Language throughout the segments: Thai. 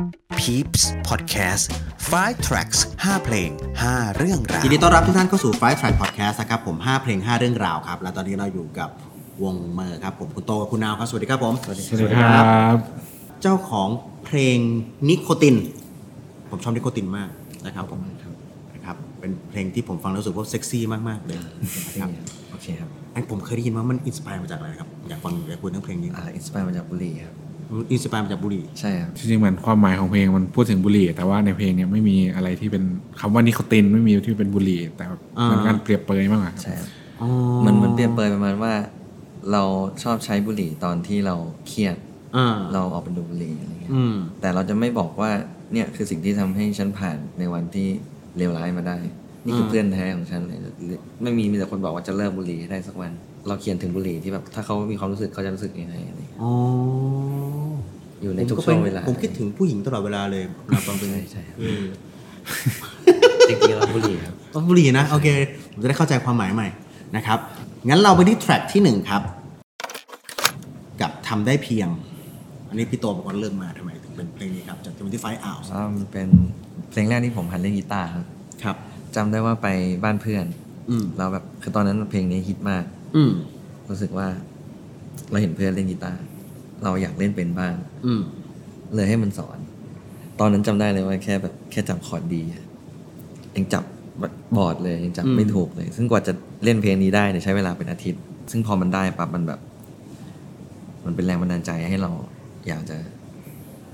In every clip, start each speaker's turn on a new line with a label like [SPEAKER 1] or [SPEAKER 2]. [SPEAKER 1] Peeps Podcast 5 Tracks 5 เพลง 5 เรื่องราว
[SPEAKER 2] ยินดีต้อนรับทุกท่านเข้าสู่ Five Track Podcast นะครับผม 5 เพลง 5 เรื่องราวครับ และตอนนี้เราอยู่กับวงเมอร์ครับผมคุณโตกับคุณนาวครับ สวัสดีครับผม
[SPEAKER 3] สวัสดีครับ
[SPEAKER 2] เจ้าของเพลงนิโคติน ผมชอบนิโคตินมากนะครับผมนะครับเป็นเพลงที่ผมฟังแล้วรู้สึกว่าเซ็กซี่มาก ๆ เลยนะครับ
[SPEAKER 4] โอเคครับ
[SPEAKER 2] อันผมเคยได้ยินว่ามันอินสปายมาจากอะไรครับ อยากฟังอยากคุยเรื่องเพลงนี้
[SPEAKER 4] อ่าอินสปายมาจากบุหรี่ครับ
[SPEAKER 2] อินสปายมาจากบุรี
[SPEAKER 4] ใช่ครับ
[SPEAKER 3] จริงๆเหมือนความหมายของเพลงมันพูดถึงบุหรี่ แต่ว่าในเพลงเนี่ยไม่มีอะไรที่เป็นคำว่านิโคตินไม่มีที่เป็นบุหรี่ แต่แบบเหมือนการเปรียบเปรยมากกว่าครับ
[SPEAKER 4] ใช่ครับมันมันเปรียบเปรยประมาณว่า เราชอบใช้บุหรี่ตอนที่เราเครียด
[SPEAKER 2] อ่า
[SPEAKER 4] เราออกไปดูบุหรี่อะไรเงี้ย
[SPEAKER 2] อืม
[SPEAKER 4] แต่เราจะไม่บอกว่าเนี่ยคือสิ่งที่ทำให้ฉันผ่านในวันที่เลวร้ายมาได้ นี่คือเพื่อนแท้ของฉันเลยไม่มีมีแต่คนบอกว่าจะเลิกบุหรี่ให้ได้สักวัน เราเขียนถึงบุหรี่ที่แบบถ้าเขามีความรู้สึกเขาจะรู้สึกยังไงอะไรเงี้ย
[SPEAKER 2] อ๋อ
[SPEAKER 4] อยู่ใน
[SPEAKER 2] ผม
[SPEAKER 4] ทุก
[SPEAKER 2] ก็
[SPEAKER 4] ช่
[SPEAKER 2] เป็
[SPEAKER 4] วน งเวลา
[SPEAKER 2] ผมคิดถึงผู้หญิงตลอดเวลาเลยนะฟังเพลง
[SPEAKER 4] ใช่
[SPEAKER 2] นี้
[SPEAKER 4] ใช่ครับจริงๆเราบุหรี่ครับ
[SPEAKER 2] ลบบุรีนะ โอเค ผมจะได้เข้าใจความหมายใหม่นะครับ งั้นเราไปที่แทร็กที่หนึ่งครับ กับทำได้เพียง อันนี้พี่โตบอกว่าเลือกมาทำไมถึงเป็นเพลงนี้ครับจากจมที่ไฟอ่าว
[SPEAKER 4] อ่ามันเป็นเพลงแรกที่ผมหัดเล่นกีตาร์ครับ
[SPEAKER 2] ครับ
[SPEAKER 4] จำได้ว่าไปบ้านเพื่อน
[SPEAKER 2] อืม
[SPEAKER 4] เราแบบคือตอนนั้นเพลงนี้ฮิตมาก
[SPEAKER 2] อืม
[SPEAKER 4] รู้สึกว่าเราเห็นเพื่อนเล่นกีตาร์เราอยากเล่นเป็นบ้าง
[SPEAKER 2] อืม
[SPEAKER 4] เลยให้มันสอน ตอนนั้นจำได้เลยว่าแค่แบบแค่จับคอร์ดดีอะยังจับบอร์ดเลยยังจับไม่ถูกเลย ซึ่งกว่าจะเล่นเพลงนี้ได้เนี่ยใช้เวลาเป็นอาทิตย์ ซึ่งพอมันได้ปั๊บมันแบบ มันเป็นแรงบันดาลใจให้เราอยากจะ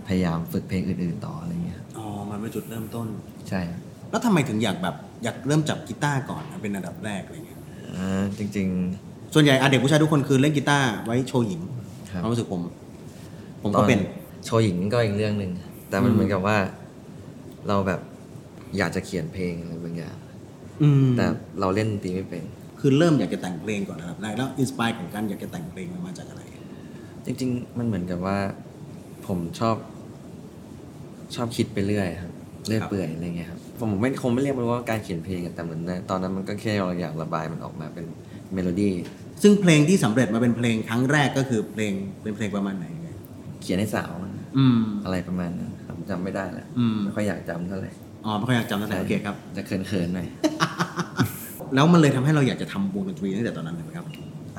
[SPEAKER 4] พยายามฝึกเพลงอื่น ๆ ต่ออะไรเงี้ยครับ
[SPEAKER 2] อ๋อ มันเป็นจุดเริ่มต้น
[SPEAKER 4] ใช่ครับ
[SPEAKER 2] แล้วทำไมถึงอยากแบบอยากเริ่มจับกีตาร์ก่อนนะเป็นอันดับแรกอะไรเงี้ย
[SPEAKER 4] อ่าจริง
[SPEAKER 2] ส่วนใหญ่อาเด็กผู้ชายทุกคนคือเล่นกีตาร์ไว้โชว์หญิง
[SPEAKER 4] ๆ ครับ
[SPEAKER 2] ความรู้สึกผม ผม
[SPEAKER 4] ต
[SPEAKER 2] ก็
[SPEAKER 4] อน
[SPEAKER 2] เป็น
[SPEAKER 4] โชว์หญิงก็อีกเรื่องหนึ่งแต่มัน
[SPEAKER 2] อืม
[SPEAKER 4] เหมือนกับว่า เราแบบอยากจะเขียนเพลงอะไรบางอย่าง
[SPEAKER 2] อืม
[SPEAKER 4] แต่เราเล่นดนตรีไม่เป็น
[SPEAKER 2] คือเริ่มอยากจะแต่งเพลงก่อนอันดับแรกแล้วอินสปายของการอยากจะแต่งเพลงมันมาจากอะไร
[SPEAKER 4] จริง ๆ มันเหมือนกับว่า ผมชอบ ชอบคิดไปเรื่อยครับเรื่อย
[SPEAKER 2] ครับ
[SPEAKER 4] เปื่อยอะไรเงี้ยครับผมไม่คงไม่เรียกมันว่าการเขียนเพลงอะแต่เหมือนนะตอนนั้นมันก็แค่เราอยากระบายมันออกมาเป็นเมโลดี้
[SPEAKER 2] ซึ่งเพลงที่สำเร็จมาเป็นเพลงครั้งแรกก็คือเพลงเป็นเพลงประมาณไหนยังไง
[SPEAKER 4] เขียนให้สาวมัน
[SPEAKER 2] อืม
[SPEAKER 4] อะไรประมาณนั้นผมจำไม่ได้แล้ว
[SPEAKER 2] อืม
[SPEAKER 4] ไม่ค่อยอยากจำเท่าไหร่
[SPEAKER 2] อ๋อไม่ค่อยอยากจำตั้งแต่โอเคครับ
[SPEAKER 4] จะเขินๆหน่อย
[SPEAKER 2] แล้วมันเลยทำให้เราอยากจะทำวงดนตรีตั้งแต่ตอนนั้นเลยไหมครับ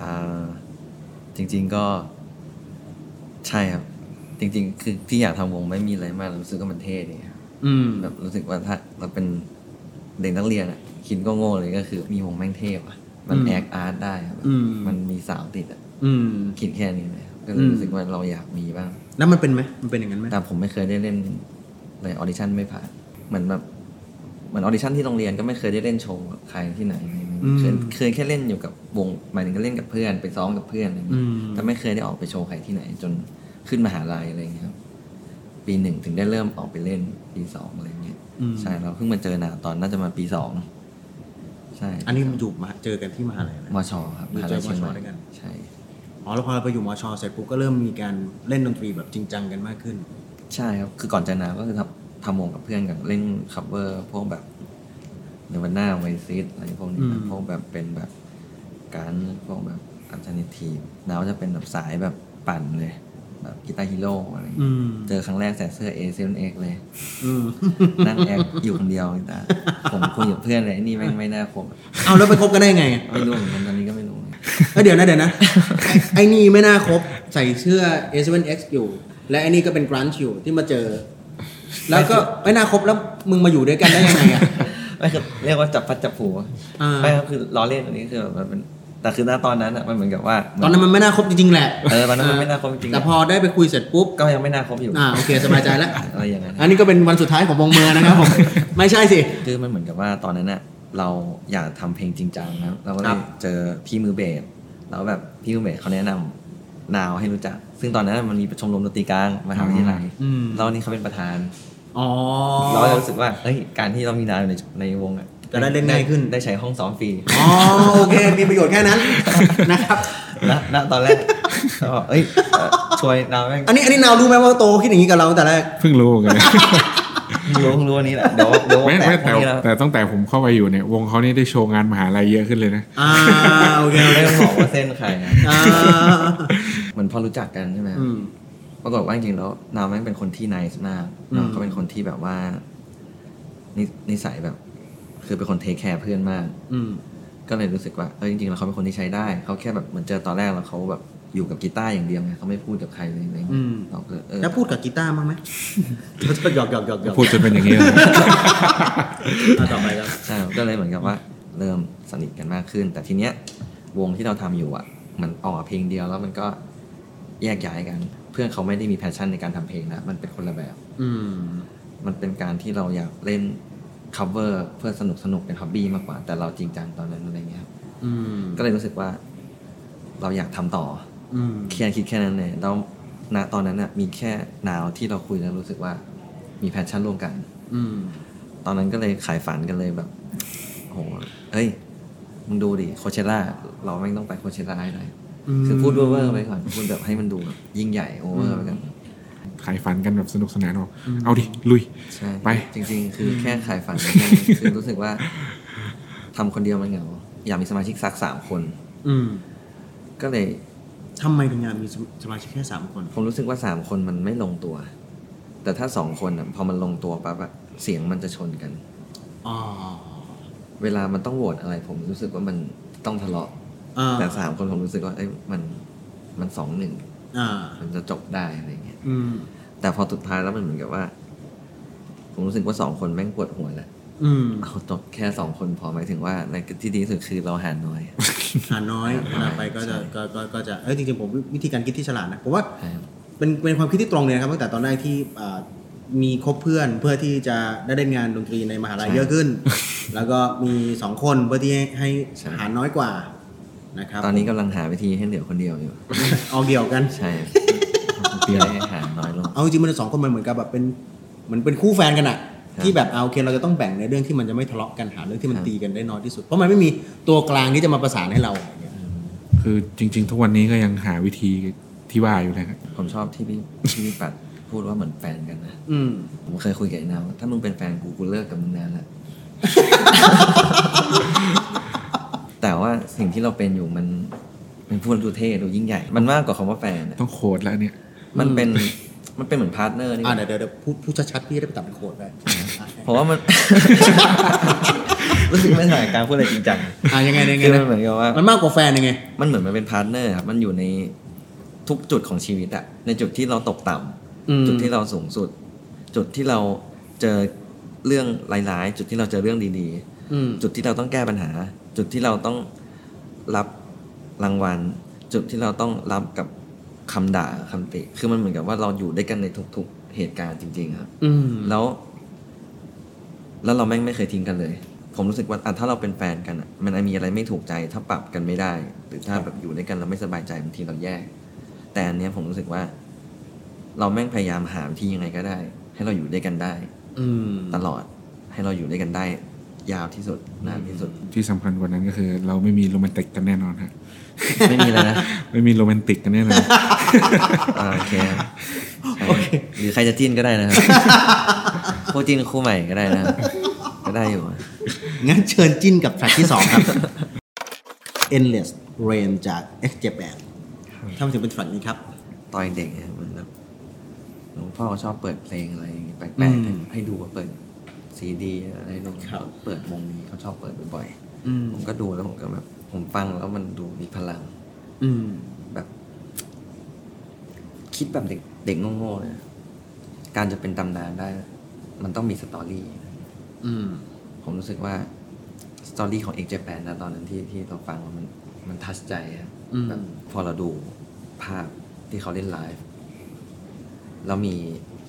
[SPEAKER 4] อ่าจริง ๆก็ใช่ครับ จริง ๆ คือที่อยากทำวงไม่มีอะไรมากรู้สึกว่ามันเท่ดีครับ
[SPEAKER 2] อืม
[SPEAKER 4] แบบรู้สึกว่าถ้าเราเป็นเด็กนักเรียนอะคิดก็โง่เลยก็คือ มีวงแม่งเท่ว่ะ มันแอคอาร์ตได้ครับ
[SPEAKER 2] อืม
[SPEAKER 4] มันมีสาวติดอะ
[SPEAKER 2] อืม
[SPEAKER 4] คิดแค่นี้เลยครับก็เลย
[SPEAKER 2] อืม
[SPEAKER 4] รู้สึกว่าเราอยากมีบ้าง
[SPEAKER 2] แล้วมันเป็นไหมมันเป็นอย่างนั้นไหม
[SPEAKER 4] แต่ผมไม่เคยได้เล่นเลยออดิชั่นไม่ผ่านเหมือนแบบเหมือนออดิชั่นที่โรงเรียนก็ไม่เคยได้เล่นโชว์กับใครที่ไหนเคยเคยแค่เล่นอยู่กับวงหมายถึงก็เล่นกับเพื่อนไปซ้อมกับเพื่อนอะไรอย่าง
[SPEAKER 2] อื
[SPEAKER 4] เงี้ย
[SPEAKER 2] ม
[SPEAKER 4] แต่ไม่เคยได้ออกไปโชว์ใครที่ไหน จนขึ้นมหาลัยอะไรอย่างเงี้ยครับปีหนึ่งถึงได้เริ่มออกไปเล่นปีสองอะไรอย่างเงี้ย
[SPEAKER 2] อืม
[SPEAKER 4] ใช่เราเพิ่งมาเจอหนาตอนน่าจะมาปีสองใช่
[SPEAKER 2] อันนี้มันอยู่มาเจอกันที่มหาลัยนะ
[SPEAKER 4] มชครับมหาลัยเชียงใหม่
[SPEAKER 2] อยู่เจอมชด้วยกัน
[SPEAKER 4] ใช่
[SPEAKER 2] อ๋อแล้วพอเราไปอยู่มอชอเสร็จปุ๊บก็เริ่มมีการเล่นดนตรีแบบจริงจังกันมากขึ้น
[SPEAKER 4] ใช่ครับ คือก่อนจะนาก็คือทำทำวงกับเพื่อนกันเล่นคัฟเวอร์พวกแบบเนวันหน้าไวซิสอะไรพวกนี้ครับ
[SPEAKER 2] อืม
[SPEAKER 4] พวกแบบเป็นแบบการพวกแบบอัลเทอร์เนทีฟนาวจะเป็นแบบสายแบบปั่นเลย แบบกีตาร์ฮีโร่อะไรอย่างเงี้ย
[SPEAKER 2] ม
[SPEAKER 4] เจอครั้งแรกใส่เสื้อ A เซนเอ็กเลย
[SPEAKER 2] อืม
[SPEAKER 4] นั่งแอคอยู่คนเดียวแต่ผมคุยกับเพื่อนเลยไอ้นี่แม่งไม่น่าคบ
[SPEAKER 2] เอาแล้วไปคบกันได้ไง
[SPEAKER 4] ไม่รู้เหมือนกันตอนนี้ก็ไม่รู้
[SPEAKER 2] เอ้ยเดี๋ยวนะเดี๋ยวนะ ไอ้นี่ไม่น่าคบใส่เสื้อ A7X อยู่ และไอ้นี่ก็เป็นกรันช์อยู่ที่มาเจอ แล้วก็ไม่น่าคบแล้วมึงมาอยู่ด้วยกันได้ยังไงอะ
[SPEAKER 4] ไม่คือเรียกว่าจับพัดจับผู
[SPEAKER 2] อ่า
[SPEAKER 4] ไม่ครับคือล้อเล่นอันนี้คือแบบมันเป็นแต่คือณตอนนั้นอ่ะมันเหมือนกับว่าเหมื
[SPEAKER 2] ต
[SPEAKER 4] อ
[SPEAKER 2] อ
[SPEAKER 4] น
[SPEAKER 2] นนั้นมันไม่น่าคบจริงๆแหละ
[SPEAKER 4] เออตอนนั้นมันไม่น่าคบจริงๆ
[SPEAKER 2] แต่พอได้ไปคุยเสร็จปุ๊บ
[SPEAKER 4] ก็ยังไม่น่าคบอยู่
[SPEAKER 2] อ่าโอเคสบายใจแล้ว
[SPEAKER 4] อะไรอย่างนั้น
[SPEAKER 2] อันนี้ก็เป็นวันสุดท้ายของวงเมอร์ นะครับผม ไม่ใช่สิ
[SPEAKER 4] คือมันเหมือนกับว่าตอนนั้นน่ะเราอยากทำเพลงจริงจังนะครับเราก็เล
[SPEAKER 2] ครั
[SPEAKER 4] ย
[SPEAKER 2] บ
[SPEAKER 4] เจอพี่มือเบสแล้วแบบพี่มือเบสเขาแนะนำนาวให้รู้จัก ซึ่งตอนนั้นมันมีชมรมดนตรีกลางมหาวิทยาลัย
[SPEAKER 2] อืม
[SPEAKER 4] แล้ววันนี่เขาเป็นประธาน
[SPEAKER 2] อ๋อ
[SPEAKER 4] เราก็เลยรู้สึกว่าเฮ้ยการที่เรามีนาวอยู่ในในวงอ่ะ
[SPEAKER 2] จะได้เล่นง่ายขึ้น
[SPEAKER 4] ได้ใช้ห้องซ้อมฟรี
[SPEAKER 2] อ๋อโอเค มีประโยชน์แค่นั้น นะครับ
[SPEAKER 4] นะณตอนแรกก็บอกเอ้ยเอ่อช่วยนาวแม่ง
[SPEAKER 2] อันนี้อันนี้นาวรู้ไหมว่าโตคิดอย่างนี้กับเราตั้งแต่แรก
[SPEAKER 3] เพิ่งรู้เหมือนกัน
[SPEAKER 4] รู้เพิ่งรู้วันนี้แหละเดี๋ยวเดี๋ยว
[SPEAKER 3] ไม่
[SPEAKER 4] แปะ
[SPEAKER 3] ไม่
[SPEAKER 4] พว
[SPEAKER 3] แต่
[SPEAKER 4] กนี้แล้ว
[SPEAKER 3] แต่ตั้งแต่ผมเข้าไปอยู่เนี่ยวงเขานี่ได้โชว์งานมหาลัยเยอะขึ้นเลยนะ
[SPEAKER 2] อ่าโอเคโอเค
[SPEAKER 4] ไม่ต้องบอกว่าเส้นใครนะ
[SPEAKER 2] อ่า
[SPEAKER 4] เหมือนพอรู้จักกันใช่ไหม
[SPEAKER 2] อืม
[SPEAKER 4] ปรากฏว่าจริงๆแล้วนาวแม่งเป็นคนที่ nice มาก
[SPEAKER 2] อืม
[SPEAKER 4] นาวก็เป็นคนที่แบบว่านินิสัยแบบ คือเป็นคนเทคแคร์เพื่อนมาก
[SPEAKER 2] อืม
[SPEAKER 4] ก็เลยรู้สึกว่าเออจริงๆแล้วเขาเป็นคนที่ใช้ได้ เขาแค่แบบเหมือนเจอตอนแรกแล้วเขาแบบอยู่กับกีตาร์อย่างเดียวไงเขาไม่พูดกับใครเลยอะไรเงี้ย
[SPEAKER 2] อืม
[SPEAKER 4] เราก็เออ
[SPEAKER 2] แล้วพูดกับกีตาร์บ้างไหม หยอกหยอกหยอกหยอก
[SPEAKER 3] พูดจนเป็นอย่างนี้เลย
[SPEAKER 2] อ่ะต่อไปครับ
[SPEAKER 4] ใช่ก็เลยเหมือนกับว่าเริ่มสนิทกันมากขึ้น แต่ทีเนี้ยวงที่เราทำอยู่อ่ะ มันออกมาเพลงเดียวแล้วมันก็แยกย้ายกัน เพื่อนเขาไม่ได้มีแพชชั่นในการทำเพลงนะมันเป็นคนละแบบ
[SPEAKER 2] อืม
[SPEAKER 4] มันเป็นการที่เราอยากเล่น cover เพื่อสนุกสนุกๆเป็น hobby มากกว่า แต่เราจริงจังตอนนั้นอะไรเงี้ยครับ
[SPEAKER 2] อืม
[SPEAKER 4] ก็เลยรู้สึกว่าเราอยากทำต่อ
[SPEAKER 2] อืม
[SPEAKER 4] แค่คิดแค่นั้นเลยแล้วณตอนนั้นน่ะมีแค่นาวที่เราคุยแล้วรู้สึกว่ามีแพชชั่นร่วมกัน
[SPEAKER 2] อืม
[SPEAKER 4] ตอนนั้นก็เลยขายฝันกันเลยแบบโอ้โหเฮ้ย มึงดูดิโคเชล่าเราแม่งต้องไปโคเชล่าให้ได้
[SPEAKER 2] อืม
[SPEAKER 4] คือพูดเวอร์ๆไปก่อนพูดแบบให้มันดูแบบยิ่งใหญ่โอเวอร์ไปกัน
[SPEAKER 3] ขายฝันกันแบบสนุกสนานออกเอาดิ ลุย
[SPEAKER 4] ใช่
[SPEAKER 3] ไป
[SPEAKER 4] จริงๆ คือแค่ขายฝันเหมือนกันคือรู้สึกว่าทำคนเดียวมันเหงา อยากมีสมาชิกสักสามคน
[SPEAKER 2] อืม
[SPEAKER 4] ก็เลย
[SPEAKER 2] ทำไมถึงอยากมีสมาชิกแค่สามคน
[SPEAKER 4] ผมรู้สึกว่าสามคนมันไม่ลงตัว แต่ถ้าสองคนอ่ะพอมันลงตัวปั๊บอะเสียงมันจะชนกัน
[SPEAKER 2] อ๋อ
[SPEAKER 4] เวลามันต้องโหวตอะไร ผมรู้สึกว่ามันต้องทะเลาะ
[SPEAKER 2] อ่า
[SPEAKER 4] แต่สามคนผมรู้สึกว่าเอ้ยมันมันสองหนึ่ง
[SPEAKER 2] อ่า
[SPEAKER 4] มันจะจบได้อะไรเงี้ย
[SPEAKER 2] อืม
[SPEAKER 4] แต่พอสุดท้ายแล้วมันเหมือนกับว่า ผมรู้สึกว่าสองคนแม่งปวดหัวแหละ
[SPEAKER 2] อืม
[SPEAKER 4] เอาจบแค่สองคนพอหมายถึงว่าในที่ดีที่สุดคือเราหารน้อย
[SPEAKER 2] หาน้อยเวลาไปก็จะ
[SPEAKER 4] ใช่
[SPEAKER 2] ก็ก็ก็จะเอ้ยจริงๆผมวิธีการคิดที่ฉลาดนะผมว่า
[SPEAKER 4] ครับ
[SPEAKER 2] เป็นเป็นความคิดที่ตรงเลยนะครับตั้งแต่ตอนแรกที่อ่ามีคบเพื่อนเพื่อที่จะได้เล่นงานดนตรีในมหาลัย
[SPEAKER 4] ใช่
[SPEAKER 2] เยอะขึ้น แล้วก็มีสองคนเพื่อที่ให้ให้
[SPEAKER 4] ใช่
[SPEAKER 2] หารน้อยกว่านะครับ
[SPEAKER 4] ตอนนี้กำลังหาวิธีให้เหลือคนเดียวอยู่
[SPEAKER 2] เอาเดี่ยวกัน
[SPEAKER 4] ใช่
[SPEAKER 3] เปลี่ยน
[SPEAKER 4] จะได้หารน้อยลง
[SPEAKER 2] เอาจริงๆมันสองคนมันเหมือนกับแบบเป็นเหมือนเป็นคู่แฟนกันอะ
[SPEAKER 4] ครับ
[SPEAKER 2] ที่แบบเอาโอเคเราจะต้องแบ่งในเรื่องที่มันจะไม่ทะเลาะกันหาเรื่องที่มัน
[SPEAKER 4] ครับ
[SPEAKER 2] ตีกันได้น้อยที่สุดเพราะมันไม่มีตัวกลางที่จะมาประสานให้เราเนี่ย
[SPEAKER 3] คือจริง ๆ ทุกวันนี้ก็ยังหาวิธีที่ว่าอยู่นะครับ
[SPEAKER 4] ผมชอบที่พี่ที่พี่ปัดพูดว่าเหมือนแฟนกันนะ
[SPEAKER 2] อืม
[SPEAKER 4] ผมเคยคุยกับไอ้นาวว่าถ้ามึงเป็นแฟนกูกูเลิกกับมึงนานแล้ว แต่ว่าสิ่งที่เราเป็นอยู่มันมันพูดดูเท่ดูยิ่งใหญ่ มันมากกว่าคำว่าแฟนอะ
[SPEAKER 3] ต้องโคดแล้วเนี่ย
[SPEAKER 4] มันเป็นมันเป็นเหมือนพาร์ทเนอร์นี่
[SPEAKER 2] อ่าเดี๋ยวเดี๋ยวเดี๋ยวพูดพูดชัดๆพี่จะได้ไปตัดเป็นโขดได้
[SPEAKER 4] เพราะว่ามัน รู้สึกไม่ถ่ายการพูดอะไรจริงจัง
[SPEAKER 2] อ่ายังไงยังไง
[SPEAKER 4] คือมั
[SPEAKER 2] นะ
[SPEAKER 4] นเหมือนกับว่า
[SPEAKER 2] มันมากกว่าแฟนยังไง
[SPEAKER 4] มันเหมือนมันเป็นพาร์ทเนอร์ครับ มันอยู่ในทุกจุดของชีวิตอะในจุดที่เราตกต่ำ
[SPEAKER 2] อืม
[SPEAKER 4] จุดที่เราสูงสุด จุดที่เราเจอเรื่องร้ายๆ จุดที่เราเจอเรื่องดี
[SPEAKER 2] อืม
[SPEAKER 4] ๆ จุดที่เราต้องแก้ปัญหา จุดที่เราต้องรับรางวัล จุดที่เราต้องรับกับคำด่าคำติ คือมันเหมือนกับว่าเราอยู่ด้วยกันในทุกๆเหตุการณ์จริงๆครับ
[SPEAKER 2] อืม
[SPEAKER 4] แล้ว แล้วเราแม่งไม่เคยทิ้งกันเลย ผมรู้สึกว่าอ่ะถ้าเราเป็นแฟนกันอ่ะ มันมีอะไรไม่ถูกใจ ถ้าปรับกันไม่ได้ หรือถ้าแบบอยู่ด้วยกันเราไม่สบายใจบางทีเราแยก แต่อันเนี้ยผมรู้สึกว่า เราแม่งพยายามหาวิธียังไงก็ได้ ให้เราอยู่ด้วยกันได้
[SPEAKER 2] อืม
[SPEAKER 4] ตลอด ให้เราอยู่ด้วยกันได้ ยาวที่สุดนานที่สุด
[SPEAKER 3] ที่สำคัญกว่านั้นก็คือ เราไม่มีโรแมนติกกันแน่นอนฮะ
[SPEAKER 4] ไม่มีแล้วนะ
[SPEAKER 3] ไม่มีโรแมนติกกันแน่นอน
[SPEAKER 4] อ่าโอเคใช่หรือใครจะจิ้นก็ได้นะครับ คู่จิ้นคู่ใหม่ก็ได้นะครับก็ได้อยู่อะ
[SPEAKER 2] งั้นเชิญจิ้นกับแฟกที่ 2 ครับ Endless Rain จาก X Japan ถ้ามาถึงเป็นแฟกนี้ครับ
[SPEAKER 4] ตอนเด็กเนี่ยเหมือนแบบหลวงพ่อชอบเปิดเพลงอะไรอย่างเงี้ยแปลก
[SPEAKER 2] อืม
[SPEAKER 4] ๆให้ดูว่าเปิดซีดี อะไรลง
[SPEAKER 2] ครับ
[SPEAKER 4] เปิดวงนี้เขาชอบเปิดบ่อย
[SPEAKER 2] อืม
[SPEAKER 4] ๆผมก็ดูแล้วผมก็แบบผมฟังแล้วมันดูมีพลัง
[SPEAKER 2] อืม
[SPEAKER 4] แบบ คิดแบบเด็กเด็กโง่ๆนะการจะเป็นตำนานได้ มันต้องมีสตอรี่
[SPEAKER 2] อืม
[SPEAKER 4] ผมรู้สึกว่าสตอรี่ของเอ็กเจแปนนะตอนนั้นที่ที่เราฟังมันมันทัชใจครับ
[SPEAKER 2] อืม
[SPEAKER 4] แบบพอเราดูภาพที่เขาเล่นไลฟ์แล้วมี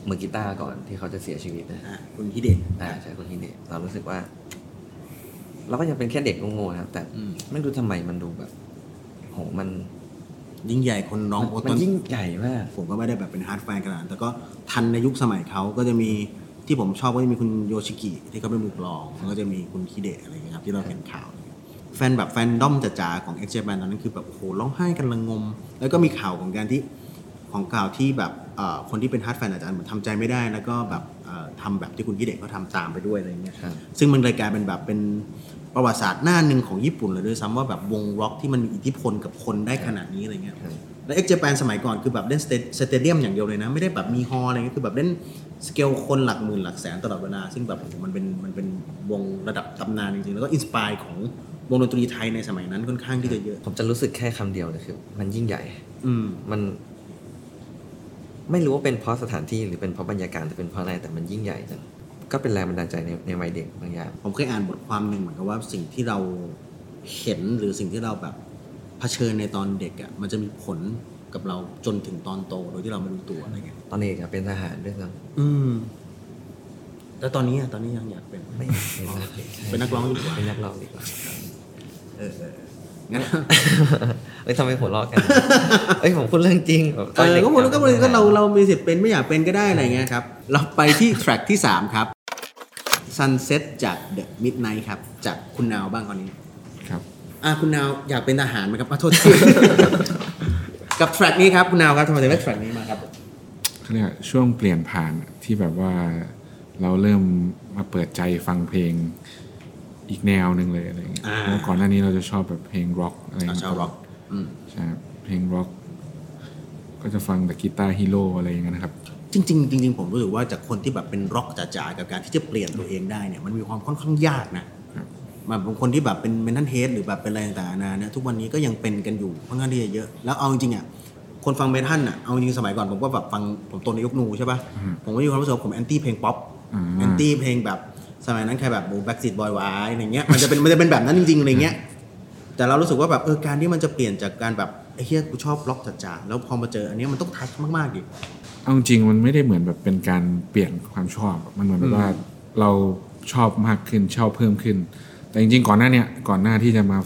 [SPEAKER 4] มือกีตาร์ก่อนที่เขาจะเสียชีวิตนะ
[SPEAKER 2] อ่ะคุณฮิเดะ
[SPEAKER 4] อ่าใช่คนที่เด็กเรารู้สึกว่า เราก็ยังเป็นแค่เด็กโง่ๆนะครับ แต่
[SPEAKER 2] อืม
[SPEAKER 4] ไม่รู้ทำไมมันดูแบบโหมัน
[SPEAKER 2] ยิ่งใหญ่คนน้องโอ
[SPEAKER 4] มั
[SPEAKER 2] ตอนน
[SPEAKER 4] ยิ่งใหญ่มาก
[SPEAKER 2] ผมก็ไม่ได้แบบเป็นฮาร์ดแฟนขนาดนั้นแต่ก็ทันในยุคสมัยเขาก็จะมีที่ผมชอบก็จะมีคุณโยชิกิที่เขาเป็นมือกลองแล้วก็จะมีคุณฮิเดะอะไรอย่างเงี้ยครับที่เราเห็นข่าว แฟนแบบแฟนด้อมจ๋าๆของ X Japan ตอนนั้นคือแบบโอ้โหร้องไห้กันระงม แล้วก็มีข่าวของการที่ ของข่าวที่แบบเอ่อคนที่เป็นฮาร์ดแฟนอาจารย์เหมือนทำใจไม่ได้ แล้วก็แบบเอ่อทำแบบที่คุณฮิเดะเขาทำตามไปด้วยอะไรอย่างเงี้ย
[SPEAKER 4] ครับ
[SPEAKER 2] ซึ่งมันเลยกลายเป็นแบบเป็นประวัติศาสตร์หน้าหนึ่งของญี่ปุ่นเลยด้วยซ้ำว่าแบบวงร็อกที่มันมีอิทธิพลกับคนได้ขนาดนี้อะไรเงี้ย
[SPEAKER 4] ครับ
[SPEAKER 2] แล้วเอ็กเจแปนสมัยก่อนคือแบบเล่นสเตสเตเดียมอย่างเดียวเลยนะ ไม่ได้แบบมีฮอลอะไรเงี้ยคือแบบเล่นสเกลคนหลักหมื่นหลักแสนตลอดเวลา ซึ่งแบบโอ้โหมันเป็นมันเป็นวงระดับตำนานจริงๆ แล้วก็อินสปายของวงดนตรีไทยในสมัยนั้นค่อนข้างที่จะเยอะ
[SPEAKER 4] ผมจะรู้สึกแค่คำเดียวเลยคือมันยิ่งใหญ่
[SPEAKER 2] อืม
[SPEAKER 4] มัน ไม่รู้ว่าเป็นเพราะสถานที่หรือเป็นเพราะบรรยากาศหรือเป็นเพราะอะไรแต่มันยิ่งใหญ่จังก็เป็นแรงบันดาลใจในในวัยเด็กบางอย่าง
[SPEAKER 2] ผมเคยอ่านบทความหนึ่งเหมือนกับว่าสิ่งที่เราเห็นหรือสิ่งที่เราแบบเผชิญในตอนเด็กอะ่ะมันจะมีผลกับเราจนถึงตอนโตโดยที่เราไม่รู้ตัวอะไรเงี้ย
[SPEAKER 4] ตอนเด็กอะเป็นทหารด้วยซ้
[SPEAKER 2] อืมแล้วตอนนี้อะตอนนี้ยังอยากเป็น
[SPEAKER 4] ำไม่เป็นทหารใช่
[SPEAKER 2] เป็นนักร้องดีกว่า
[SPEAKER 4] เป็นนักร้องดีกว่า
[SPEAKER 2] เออเอองั้น
[SPEAKER 4] เอ้ยทำไมหัวเราะกัน เอ้ยผมพูดเรื่องจริงแบบต
[SPEAKER 2] เอ
[SPEAKER 4] อน
[SPEAKER 2] อ
[SPEAKER 4] ด็
[SPEAKER 2] ก็ผมก็เลยก็เราเรามีสิทธิ์เป็นไม่อยากเป็นก็ได้อะไรเงี้ยครับ เราไปที่ แทร็กที่ 3 ครับ Sunset จาก The Midnight ครับ จากคุณนาวบ้างคราวนี้
[SPEAKER 3] ครับ
[SPEAKER 2] อ่ะคุณนาวอยากเป็นทหารไหมครับขอโทษที กับแทร็กนี้ครับคุณนาวครับทำไมถึงเลือกแทร็กนี้มาครับ
[SPEAKER 3] เขาเรียกว่าช่วงเปลี่ยนผ่านที่แบบว่าเราเริ่มมาเปิดใจฟังเพลงอีกแนวหนึ่งเลยอะไรเงี้ย
[SPEAKER 2] อ่า
[SPEAKER 3] เพราะก่อนหน้านี้เราจะชอบแบบเพลงร็อกอะไรเงี้ย
[SPEAKER 2] ชาวร็อกอืม
[SPEAKER 3] ใช่ครับเพลงร็อก ก็จะฟังแต่กีตาร์ฮีโร่อะไรอย่างเงี้ยนะครับ
[SPEAKER 2] จริงๆจริงๆผมรู้สึกว่าจากคนที่แบบเป็นร็อกจ๋าๆกับการที่จะเปลี่ยนตัวเองได้เนี่ยมันมีความค่อนข้างยากนะครับ มาบางคนที่แบบเป็นเมนทัลเฮดหรือแบบเป็นอะไรต่างๆนานาเนี่ยทุกวันนี้ก็ยังเป็นกันอยู่ค่อนข้างที่จะเยอะแล้วเอาจริงๆอ่ะคนฟังเมทัลอ่ะเอาจริงๆสมัยก่อนผมก็แบบฟังผมโตในยุคนูใช่ป่ะผมก็มีความรู้สึกว่าผมแอนตี้เพลงป๊อป
[SPEAKER 3] อ่า
[SPEAKER 2] แอนตี้เพลงแบบสมัยนั้นใครแบบโอ้แบ็กซีดบอยวายอะไรเงี้ยมันจะเป็นมันจะเป็นแบบนั้นจริงๆอะไรเงี้ยแต่เรารู้สึกว่าแบบเออการที่มันจะเปลี่ยนจากการแบบไอ้เฮียกูชอบล็อกจัดๆแล้วพอมาเจออันเนี้ยมันต้องทัชมากๆดิ
[SPEAKER 3] เอาจริงๆมันไม่ได้เหมือนแบบเป็นการเปลี่ยนความชอบอะมันเหมือนแบ
[SPEAKER 2] อื
[SPEAKER 3] บ
[SPEAKER 2] ม
[SPEAKER 3] ว่าเราชอบมากขึ้นชอบเพิ่มขึ้น แต่จริงๆก่อนหน้าเนี้ยก่อนหน้าที่จะมา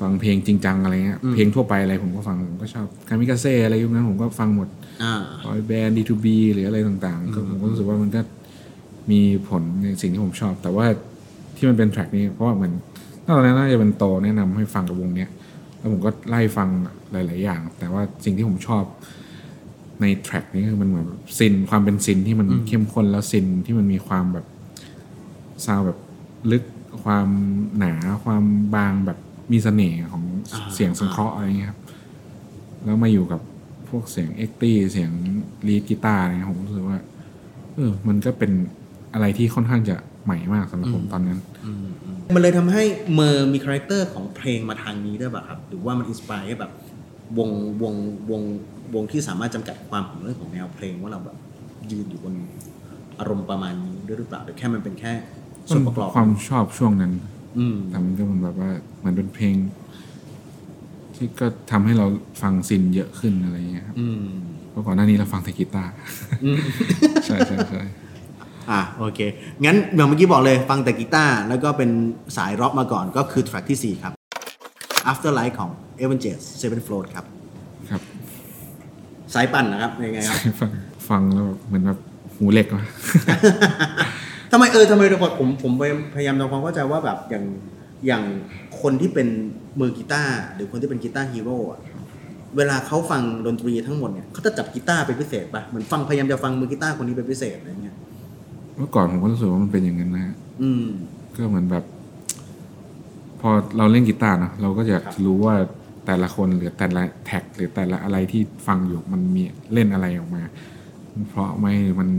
[SPEAKER 3] ฟังเพลงจริงจังอะไรเงี้ยเพลงทั่วไปอะไรผมก็ฟังผมก็ชอบคามิกาเซ่อะไรยุคนั้นผมก็ฟังหมด
[SPEAKER 2] อ่า
[SPEAKER 3] บอยแบนด์ดีทูบีหรืออะไรต่างๆก็ผมก็รู้สึกว่ามันก็มีผลในสิ่งที่ผมชอบ แต่ว่าที่มันเป็นแทร็กนี้ เพราะว่าเหมือนนอกจากนั้นน่าจะเป็นโตแนะนำให้ฟังกับวงเนี้ย แล้วผมก็ไล่ฟังหลาย ๆ อย่าง แต่ว่าสิ่งที่ผมชอบในแทร็กนี้คือมันเหมือนซินความเป็นซินที่มันเข้มข้นแล้วซินที่มันมีความแบบซาวด์แบบลึกความหนาความบางแบบมีเสน่ห์ของ
[SPEAKER 2] อ่า
[SPEAKER 3] เสียงสังเคราะห์อะไรอย่างเงี้ยครับ แล้วมาอยู่กับพวกเสียงเอ็กตี้เสียงลีดกีตาร์เนี่ยผมรู้สึกว่าเออมันก็เป็นอะไรที่ค่อนข้างจะใหม่มากสำหรับผมตอนนั้น
[SPEAKER 2] มันเลยทำให้เมอร์มีคาแรคเตอร์ของเพลงมาทางนี้ด้วยป่ะครับ หรือว่ามันอินสปายให้แบบวงวงวงวงที่สามารถจำกัดความของเรื่องของแนวเพลงว่าเราแบบยืนอยู่บนอารมณ์ประมาณนี้ด้วยหรือเปล่าหรือแค่มันเป็นแค่ส่วนประกอบ
[SPEAKER 3] ความชอบช่วงนั้น
[SPEAKER 2] อืม
[SPEAKER 3] แต่มันก็เหมือนแบบว่าเหมือนเป็นเพลง ที่ก็ทำให้เราฟังซินเยอะขึ้นอะไรอย่างเงี้ยครับ
[SPEAKER 2] อืม
[SPEAKER 3] เพราะก่อนหน้านี้เราฟังแต่กีตาร์ใช่ใช่ใช่
[SPEAKER 2] อ่ะโอเค งั้นเดี๋ยวเมื่อกี้บอกเลยฟังแต่กีตาร์แล้วก็เป็นสายร็อกมาก่อนก็คือแทร็กทีสี่ 4 ครับ Afterlife ของ e v a n g e l Seven Float ครับ
[SPEAKER 3] ครับ
[SPEAKER 2] สายปั่นนะครับยังไงครับ
[SPEAKER 3] ฟังฟังแล้วแบบเหมือนแบบหูเหล็กวะ
[SPEAKER 2] ทำไมเออทำไมผมผมพยายามทำความเข้าใจว่าแบบอย่างอย่างคนที่เป็นมือกีตาร์หรือคนที่เป็นกีตาร์ฮีโร่อะเวลาเขาฟังดนตรีทั้งหมดเนี่ยเขาจะจับกีตาร์เป็นพิเศษป่ะเหมือนฟังพยายามจะฟังมือกีตาร์คนนี้เป็นพิเศษอะไรเงี้ย
[SPEAKER 3] เมื่อก่อนผมก็รู้สึกว่ามันเป็นอย่างนั้นนะฮะ
[SPEAKER 2] อืม
[SPEAKER 3] ก็เหมือนแบบ พอเราเล่นกีตาร์เนอะเราก็อยากจะรู้ว่าแต่ละคนหรือแต่ละแท็กหรือแต่ละอะไรที่ฟังอยู่มันมีเล่นอะไรออกมา มันเพราะไหมหรือมัน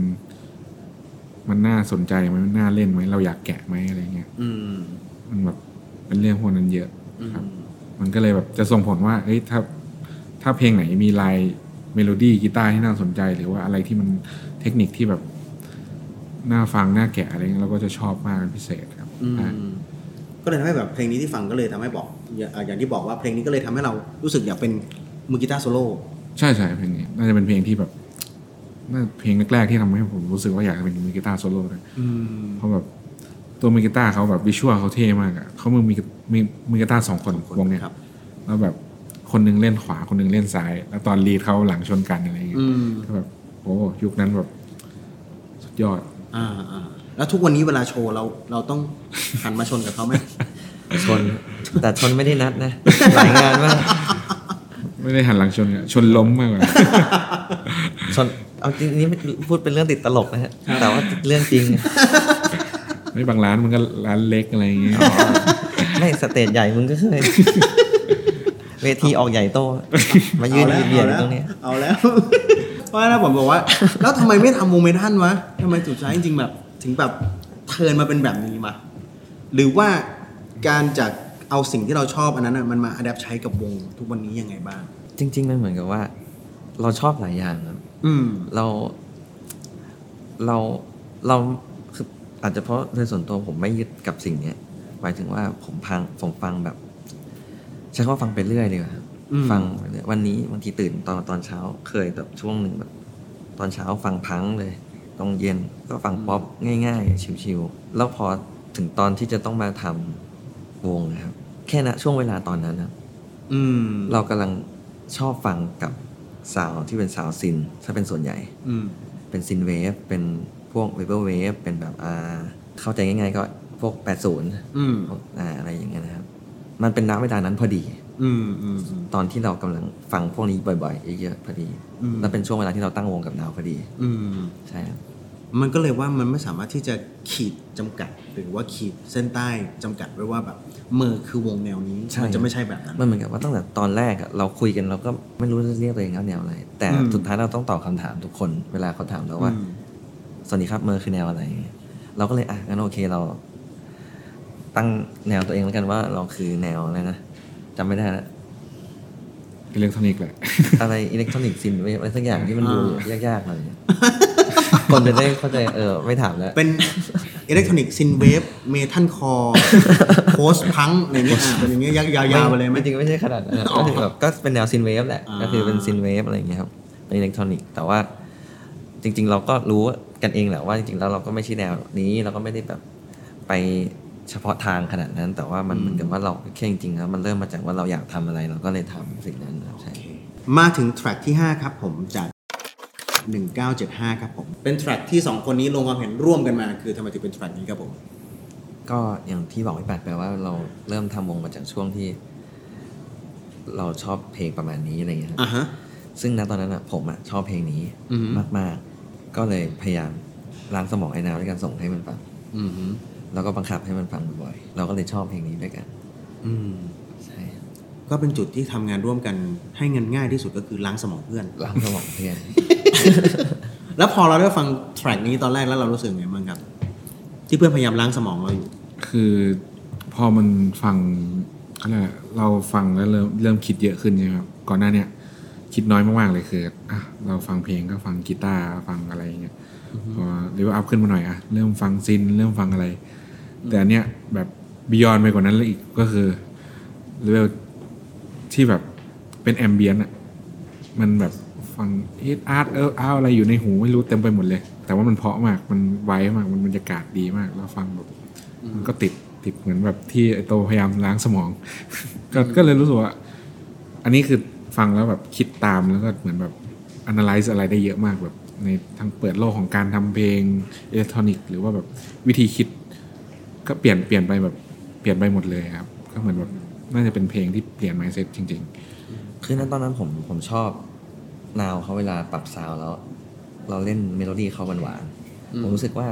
[SPEAKER 3] มันน่าสนใจไหมมันน่าเล่นไหมเราอยากแกะไหมอะไรเงี้ย
[SPEAKER 2] อืม
[SPEAKER 3] มันแบบเป็นเรื่องพวกนั้นเยอะ
[SPEAKER 2] อื
[SPEAKER 3] ครับ
[SPEAKER 2] ม
[SPEAKER 3] มันก็เลยแบบจะส่งผลว่าเอ้ยถ้า ถ้าเพลงไหนมีลายเมโลดี้กีตาร์ที่น่าสนใจ หรือว่าอะไรที่มันเทคนิคที่แบบน่าฟังน่าแกะอะไรเงี้ยเราก็จะชอบมากเป็นพิเศษครับ
[SPEAKER 2] อืม
[SPEAKER 3] อ่า
[SPEAKER 2] ก็เลยทำให้แบบเพลงนี้ที่ฟังก็เลยทำให้บอกอย่าอ่าอย่างที่บอกว่าเพลงนี้ก็เลยทำให้เรารู้สึกอยากเป็นมือกีตาร์โซโล่
[SPEAKER 3] ใช่ใช่เพลงนี้น่าจะเป็นเพลงที่แบบน่าเพลงแรกๆที่ทำให้ผมรู้สึกว่าอยากจะเป็นมือกีตาร์โซโล่เลยเพราะแบบตัวมือกีตาร์เขาแบบวิชวลเขาเท่มากอะเขามือมีมีมือกีตาร์สองคนวงเนี้ย
[SPEAKER 2] ครับ
[SPEAKER 3] แล้วแบบคนหนึงเล่นขวาคนหนึงเล่นซ้าย แล้วตอนลีดเขาหลังชนกันอะไรอย่างเงี้ย
[SPEAKER 2] อืม
[SPEAKER 3] ก็แบบโอ้ยุคนั้นแบบสุดยอด
[SPEAKER 2] อ่าอ่าแล้วทุกวันนี้เวลาโชว์เราเรา ต้องหันมาชนกับเขาไหม
[SPEAKER 4] ชน แต่ชนไม่ได้นัด นะหลายงานมาก
[SPEAKER 3] ไม่ได้หันหลังชนอะชนล้มมาก กว่า
[SPEAKER 4] ชนเอาจริงนี่พูดเป็นเรื่องติดตลกนะฮะแต่ว่าเรื่องจริง
[SPEAKER 3] ไม่บางร้านมันก็ร้านเล็กอะไรอย่างเงี้ย
[SPEAKER 4] ไม่สเตจใหญ่มึงก็เคย เวทีออกใหญ่โต มายืน
[SPEAKER 2] เอาแล้ว
[SPEAKER 4] เบียดๆอยู่ตรงเนี้ย
[SPEAKER 2] เอาแล้วเอา แล้วเพราะฉะนั้นผมบอกว่า แล้วทำไมไม่ทำโมเมนทันวะทำไมสุดท้ายจริงๆแบบ ถึงแบบเทิร์นมาเป็นแบบนี้มา หรือว่าการจากเอาสิ่งที่เราชอบอันนั้นนะมันมาอัดแอปใช้กับวงทุกวันนี้ยังไงบ้าง
[SPEAKER 4] จริง ๆ มันเหมือนกับว่า เราชอบหลายอย่างครับ
[SPEAKER 2] อืม
[SPEAKER 4] เราเราเราคืออาจจะเพราะโดยส่วนตัวผมไม่ยึดกับสิ่งเนี้ยหมายถึงว่าผมฟังผมฟังแบบ ใช้คำว่าฟังไปเรื่อยดีกว่าครับ
[SPEAKER 2] อืม
[SPEAKER 4] ฟังไปเรื่อยวันนี้บางทีตื่นตอนตอนเช้าเคยแบบช่วงหนึ่งแบบ ตอนเช้าฟังพังเลยตอนเย็นก็ฟังป๊อปง่าย ๆ ชิวๆแล้วพอถึงตอนที่จะต้องมาทำวงนะครับ แค่นะช่วงเวลาตอนนั้นนะ
[SPEAKER 2] อืม
[SPEAKER 4] เรากำลังชอบฟังกับสาวที่เป็นสาวซิน ถ้าเป็นส่วนใหญ่
[SPEAKER 2] อืม
[SPEAKER 4] เป็นซินเวฟ เป็นพวกเวเบอร์เวฟ เป็นแบบอ่าเข้าใจง่ายๆก็พวก 80
[SPEAKER 2] อืม
[SPEAKER 4] พวกอ่าอะไรอย่างเงี้ยนะครับ มันเป็นน้ำเวลานั้นพอดี
[SPEAKER 2] อืมอืม
[SPEAKER 4] ตอนที่เรากำลังฟังพวกนี้บ่อยๆ เยอะๆพอดี
[SPEAKER 2] อืม
[SPEAKER 4] แล้วเป็นช่วงเวลาที่เราตั้งวงกับนาวพอดี
[SPEAKER 2] อืม
[SPEAKER 4] ใช่ครับ
[SPEAKER 2] มันก็เลยว่ามันไม่สามารถที่จะขีดจำกัด หรือว่าขีดเส้นใต้จำกัดไว้ว่าแบบเมอร์คือวงแนวนี้
[SPEAKER 4] ใช่
[SPEAKER 2] มันจะไม่ใช่แบบนั้น
[SPEAKER 4] มันเหมือนกับว่าตั้งแต่ตอนแรกอะเราคุยกันเราก็ไม่รู้จะเรียกตัวเองว่าแนวอะไร แต่
[SPEAKER 2] อืม
[SPEAKER 4] สุดท้ายเราต้องตอบคำถามทุกคน เวลาเขาถามเราว่า
[SPEAKER 2] อืม
[SPEAKER 4] สวัสดีครับเมอร์คือแนวอะไรอย่างเงี้ยเราก็เลยอ่ะงั้นโอเคเรา ตั้งแนวตัวเองแล้วกันว่าเราคือแนวอะไรนะจำไม่ได้ละ
[SPEAKER 3] อิเล็กทรอนิกส์แหละ
[SPEAKER 4] อะไรอิเล็กทรอนิกส์ซินอะไรสักอย่างที่มันดู
[SPEAKER 2] อ่า
[SPEAKER 4] ยากๆหน่อยคนจะได้เข้าใจเออ ไม่ถามแล้ว
[SPEAKER 2] เป็นอิเล็กทรอนิกส์ซินเวฟเมทัลคอ ร์โพสพังอะไรเงี้ยอ่ะเป็นอย่างเงี้ยยาวๆไปเลยไหม
[SPEAKER 4] จริงๆไม่ใช่ขนาดนั้นครับ
[SPEAKER 2] อ๋อ
[SPEAKER 4] ก็คือแบบก็เป็นแนวซินเวฟแหละ
[SPEAKER 2] อ่า
[SPEAKER 4] ก็คือเป็นซินเวฟอะไรอย่างเงี้ยครับเป็นอิเล็กทรอนิกส์แต่ว่าจริง ๆ เราก็รู้กันเองแหละว่าจริงๆแล้วเราก็ไม่ใช่แนวนี้เราก็ไม่ได้แบบไปเฉพาะทางขนาดนั้น แต่ว่ามันเหมือนกับว่าเราแค่จริงๆแล้วมันเริ่มมาจากว่าเราอยากทำอะไรเราก็เลยทำสิ่งนั้นนะครับใช่
[SPEAKER 2] มาถึงแทร็กที่ 5 ครับผมจาก 1975 ครับผม เป็นแทร็กที่ 2 คนนี้ลงความเห็นร่วมกันมา คือทำไมถึงเป็นแทร็กนี้ครับผม
[SPEAKER 4] ก็อย่างที่บอกพี่ปัดไปว่าเราเริ่มทำวงมาจากช่วงที่ เราชอบเพลงประมาณนี้อะไรอย่างเงี้ยครับ
[SPEAKER 2] อ่ะฮะ
[SPEAKER 4] ซึ่งณตอนนั้นอะผมอะชอบเพลงนี้
[SPEAKER 2] อือฮึ
[SPEAKER 4] มาก ๆ ก็เลยพยายามล้างสมองไอ้นาวด้วยการส่งให้มันฟัง
[SPEAKER 2] อืม
[SPEAKER 4] แล้วก็บังคับให้มันฟังบ่อยๆ เราก็เลยชอบเพลงนี้ด้วยกัน
[SPEAKER 2] อืม
[SPEAKER 4] ใช่
[SPEAKER 2] ก็เป็นจุดที่ทำงานร่วมกันให้เงินง่ายที่สุดก็คือล้างสมองเพื่อน
[SPEAKER 4] ล้างสมองเพื่อน
[SPEAKER 2] แล้วพอเราได้ฟังแทร็กนี้ตอนแรกแล้วเรารู้สึกไงบ้างครับ ที่เพื่อนพยายามล้างสมองเราอยู่
[SPEAKER 3] คือพอมันฟังเขาเรียกอะไรเราฟังแล้วเริ่มเริ่มคิดเยอะขึ้นใช่ไหมครับก่อนหน้าเนี้ยคิดน้อยมากๆเลยคืออ่ะเราฟังเพลงก็ฟังกีตาร์ฟังอะไรอย่างเงี้ยพอหรือว่าอัพขึ้นมาหน่อยอ่ะเริ่มฟังซินเริ่มฟังอะไร แต่อันเนี้ยแบบบิยอนไปกว่านั้นเลยอีกก็คือเลเวลที่แบบเป็นแอมเบียนอะมันแบบฟังเอทอาร์ตเอออาอะไรอยู่ในหูไม่รู้เต็มไปหมดเลย แต่ว่ามันเพราะมากมันไวมากมันบรรยากาศดีมากแล้วฟังแบบ มันก็ติดติดเหมือนแบบที่ไอโตพยายามล้างสมอง ก็ก็เลยรู้สึกว่า อันนี้คือฟังแล้วแบบคิดตามแล้วก็เหมือนแบบ analyze อะไรได้เยอะมากแบบในทางเปิดโลกของการทำเพลงอิเล็กทรอนิกส์หรือว่าแบบวิธีคิด ก็เปลี่ยนเปลี่ยนไปแบบเปลี่ยนไปหมดเลยครับ ก็เหมือนแบบน่าจะเป็นเพลงที่เปลี่ยน mindset จริง
[SPEAKER 4] คือณตอนนั้นผมผมชอบนาวเขาเวลาปรับซาวด์แล้ว เราเล่นเมโลดี้เขาหวานๆผมรู้สึกว่า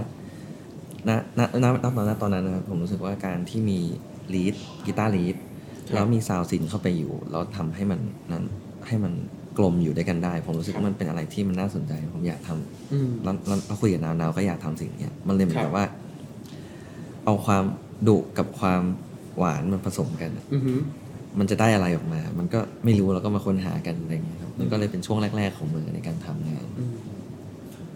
[SPEAKER 4] ณณณณตอนนั้นตอนนั้นนะครับผมรู้สึกว่าการที่มีลีดกีตาร์ลีดแล้วมีซาวด์ซินเข้าไปอยู่ แล้วทำให้มันนั้นให้มันกลมอยู่ด้วยกันได้ ผมรู้สึกว่ามันเป็นอะไรที่มันน่าสนใจ ผมอยากทำ เราเราเราคุยกับนาว นาวก็อยากทำสิ่งเนี้ย มันเลยเหมือนกับว่า เอาความดุกับความหวานมันผสมกันอะมันจะได้อะไรออกมา มันก็ไม่รู้แล้วก็มาค้นหากันอะไรอย่างเงี้ยครับ มันก็เลยเป็นช่วงแรก ๆ ของมือในการทำงาน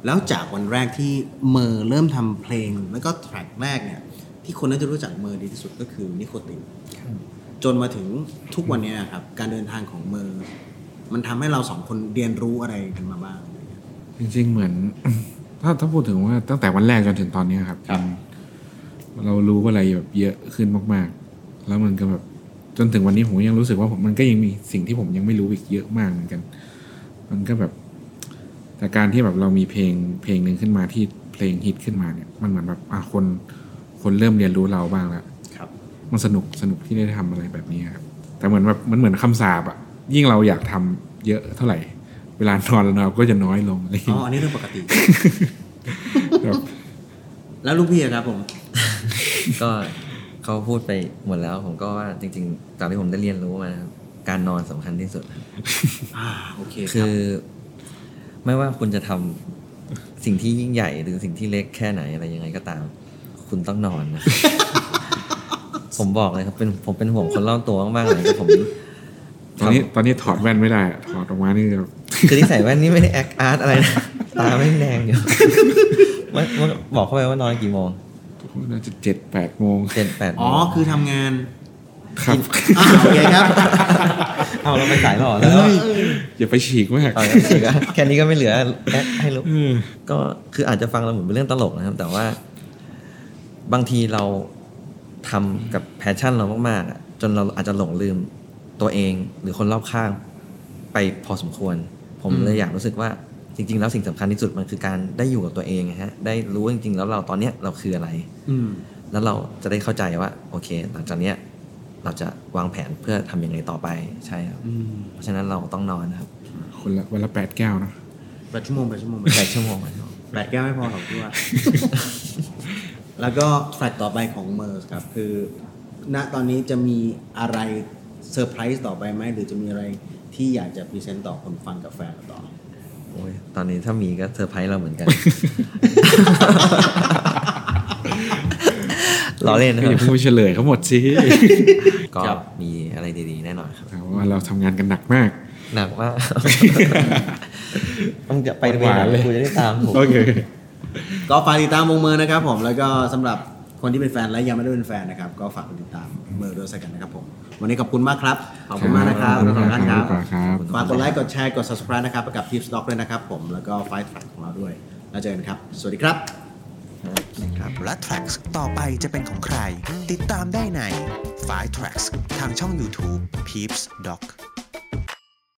[SPEAKER 2] แล้วจากวันแรกที่เมอร์เริ่มทำเพลง แล้วก็แทร็กแรกเนี่ย ที่คนน่าจะรู้จักเมอร์ดีที่สุดก็คือนิโคตินจนมาถึงทุกวันเนี้ครับ การเดินทางของเมอร์มันทำให้เราสองคนเรียนรู้อะไรกันมาบ้าง
[SPEAKER 3] ๆ จริง ๆ เหมือน ถ้าถ้าพูดถึงว่าตั้งแต่วันแรกจนถึงตอนเนี้ยครับ
[SPEAKER 2] ครับ
[SPEAKER 3] มันเรารู้อะไรแบบเยอะขึ้นมากๆ แล้วมันก็แบบจนถึงวันนี้ผมยังรู้สึกว่าผมมันก็ยังมีสิ่งที่ผมยังไม่รู้อีกเยอะมากเหมือนกัน มันก็แบบแต่การที่แบบเรามีเพลงเพลงหนึ่งขึ้นมาที่เพลงฮิตขึ้นมาเนี่ยมันเหมือนแบบอ่ะคนคนเริ่มเรียนรู้เราบ้างแล้ว
[SPEAKER 2] ครับ
[SPEAKER 3] มันสนุกสนุกที่ได้ทำอะไรแบบนี้ครับ แต่เหมือนแบบมันเหมือนคำสาปอะยิ่งเราอยากทำเยอะเท่าไหร่ เวลานอนเราก็จะน้อยลงอะไรอย่าง
[SPEAKER 2] อ๋อ
[SPEAKER 3] เงี้ย
[SPEAKER 2] อันนี้เรื่องปกติ
[SPEAKER 3] แบบ
[SPEAKER 2] แล้วลูกพี่อะครับผม
[SPEAKER 4] ก็เขาพูดไปหมดแล้ว ผมก็ว่าจริง ๆ จากที่ผมได้เรียนรู้มานะครับ การนอนสำคัญที่สุดครับ
[SPEAKER 2] อ่าโอเคค
[SPEAKER 4] คื
[SPEAKER 2] รับ
[SPEAKER 4] อ ไม่ว่าคุณจะทำสิ่งที่ยิ่งใหญ่หรือสิ่งที่เล็กแค่ไหนอะไรยังไงก็ตาม คุณต้องนอนนะ ผมบอกเลยครับเป็นผมเป็นห่วงคนรอบตัวมากๆเลยผม
[SPEAKER 3] ตอนนี้
[SPEAKER 4] ทำ
[SPEAKER 3] ตอนนี้ถอดแว่นไม่ได้อะถอดออกมานี่แบบ
[SPEAKER 4] คือที่ใส่แว่นนี่ไม่ได้แอคอาร์ตอะไรนะ ตาไม่งแดงอยู่ ว่าว่าบอกเข้าไปว่านอนกี่โมง
[SPEAKER 3] น่าจะเจ็ดแปดโมง
[SPEAKER 4] เจ็ดแปดโม
[SPEAKER 2] อ๋อง คือทำงาน
[SPEAKER 3] ครับ
[SPEAKER 2] อ่าโอเคครับ
[SPEAKER 4] เอาเราไปสายหล่อแล้วอะ
[SPEAKER 3] อย่าไปฉีกมาก
[SPEAKER 4] เอาแล้วเสือแค่นี้ก็ไม่เหลือแอคให้รู้ ก็คืออาจจะฟังเราเหมือนเป็นเรื่องตลกนะครับ แต่ว่า บางทีเราทำกับแพชชั่นเรามากๆอะจนเราอาจจะหลงลืมตัวเอง หรือคนรอบข้างไปพอสมควร ผมเลยอยากรู้สึกว่าจริง ๆ แล้วสิ่งสำคัญที่สุดมันคือการได้อยู่กับตัวเองนะฮะได้รู้ว่าจริง ๆ แล้วเราตอนเนี้ยเราคืออะไร
[SPEAKER 2] อืม
[SPEAKER 4] แล้วเราจะได้เข้าใจว่า โอเค หลังจากเนี้ยเราจะวางแผนเพื่อทำยังไงต่อไปใช่ครับ
[SPEAKER 2] อืม
[SPEAKER 4] เพราะฉะนั้นเราต้องนอน ครับ
[SPEAKER 3] คนละวันละแปดแก้วนะ
[SPEAKER 2] แปดชั่วโมงแปดชั่วโมง
[SPEAKER 4] แปดชั่วโมงครับ
[SPEAKER 2] แปดแก้วไม่พอของตัว แล้วก็แฟลตต่อไปของเมอร์สครับ คือ ณตอนนี้จะมีอะไรเซอร์ไพรส์ต่อไปไหม หรือจะมีอะไรที่อยากจะพรีเซนต์ต่อคนฟังกับแฟนเราต่อ
[SPEAKER 4] โอ้ยตอนนี้ถ้ามีก็เซอร์ไพรส์เราเหมือนกัน ล้อเล่นนะ
[SPEAKER 3] ก็อย่า
[SPEAKER 4] ค
[SPEAKER 3] เพิ่ง
[SPEAKER 4] รับ
[SPEAKER 3] ไปเฉลยเขาหมดสิ
[SPEAKER 4] ก็มีอะไรดีๆ แน่นอนครับ
[SPEAKER 3] แต่ว่าเราทำงานกันหนักมาก
[SPEAKER 4] หนักมากมึงจะไป
[SPEAKER 3] หวานเลย
[SPEAKER 4] กูจะได้ตามผม
[SPEAKER 3] โอเค
[SPEAKER 2] ก็ฝากติดตามวงเมอร์นะครับผม แล้วก็สำหรับคนที่เป็นแฟนและยังไม่ได้เป็นแฟนนะครับ ก็ฝากติดตามเมอร์ด้วยสักกันนะครับผม วันนี้ขอบคุณมากครับ ขอบคุณมากนะครับ
[SPEAKER 3] ขอบคุณ
[SPEAKER 2] ทั้งสองท่านครับ
[SPEAKER 3] ขอบคุณครับ
[SPEAKER 2] ฝากกดไลค์ กดแชร์ กด subscribe นะครับกับทิปสต็อกด้วยนะครับผม แล้วก็ไฟล์แฟลตของเราด้วย แล้วเจอกันครับ สวัสดีครับ
[SPEAKER 4] ครับ
[SPEAKER 1] และ Tracks ต่อไปจะเป็นของใคร ติดตามได้ใน f i Tracks ทางช่อง YouTube Peeps Doc